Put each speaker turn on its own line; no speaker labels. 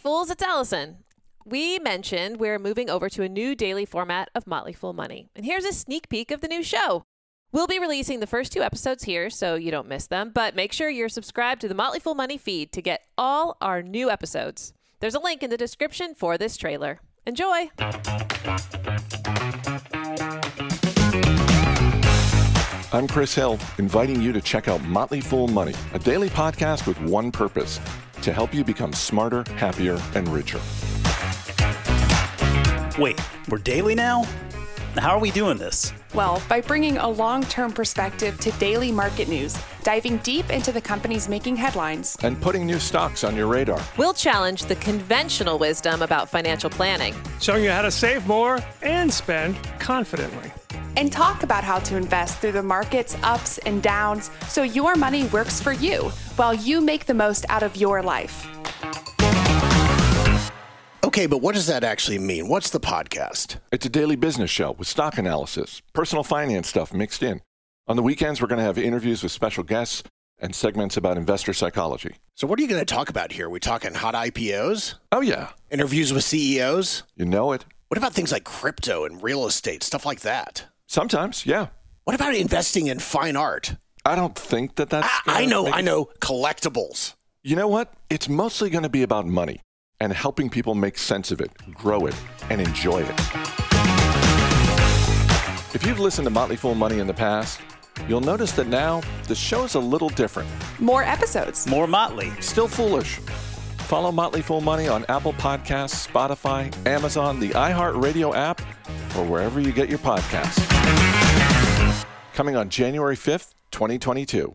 Fools, it's Allison. We mentioned we're moving over to a new daily format of Motley Fool Money. And here's a sneak peek of the new show. We'll be releasing the first two episodes here so you don't miss them, but make sure you're subscribed to the Motley Fool Money feed to get all our new episodes. There's a link in the description for this trailer. Enjoy!
I'm Chris Hill, inviting you to check out Motley Fool Money, a daily podcast with one purpose to help you become smarter, happier, and richer.
Wait, we're daily now? How are we doing this?
Well, by bringing a long term perspective to daily market news, diving deep into the companies making headlines,
And putting new stocks on your radar.
We'll challenge the conventional wisdom about financial planning.
showing you how to save more and spend confidently.
and talk about how to invest through the market's ups and downs so your money works for you while you make the most out of your life.
Okay, but what does that actually mean? What's the podcast?
It's a daily business show with stock analysis, personal finance stuff mixed in. On the weekends, we're going to have interviews with special guests and segments about investor psychology.
So, what are you going to talk about here? Are we talking hot IPOs,
Oh, yeah,
interviews with CEOs?
you know it.
What about things like crypto and real estate, stuff like that?
Sometimes, yeah.
What about investing in fine art?
I don't think that that's.
I, I
gonna
know,
make
I
it-
know, collectibles.
You know what? It's mostly going to be about money and helping people make sense of it, grow it, and enjoy it. If you've listened to Motley Fool Money in the past, you'll notice that now the show's a little different.
More episodes.
More Motley.
Still foolish. Follow Motley Fool Money on Apple Podcasts, Spotify, Amazon, the iHeartRadio app, or wherever you get your podcasts. Coming on January 5th, 2022.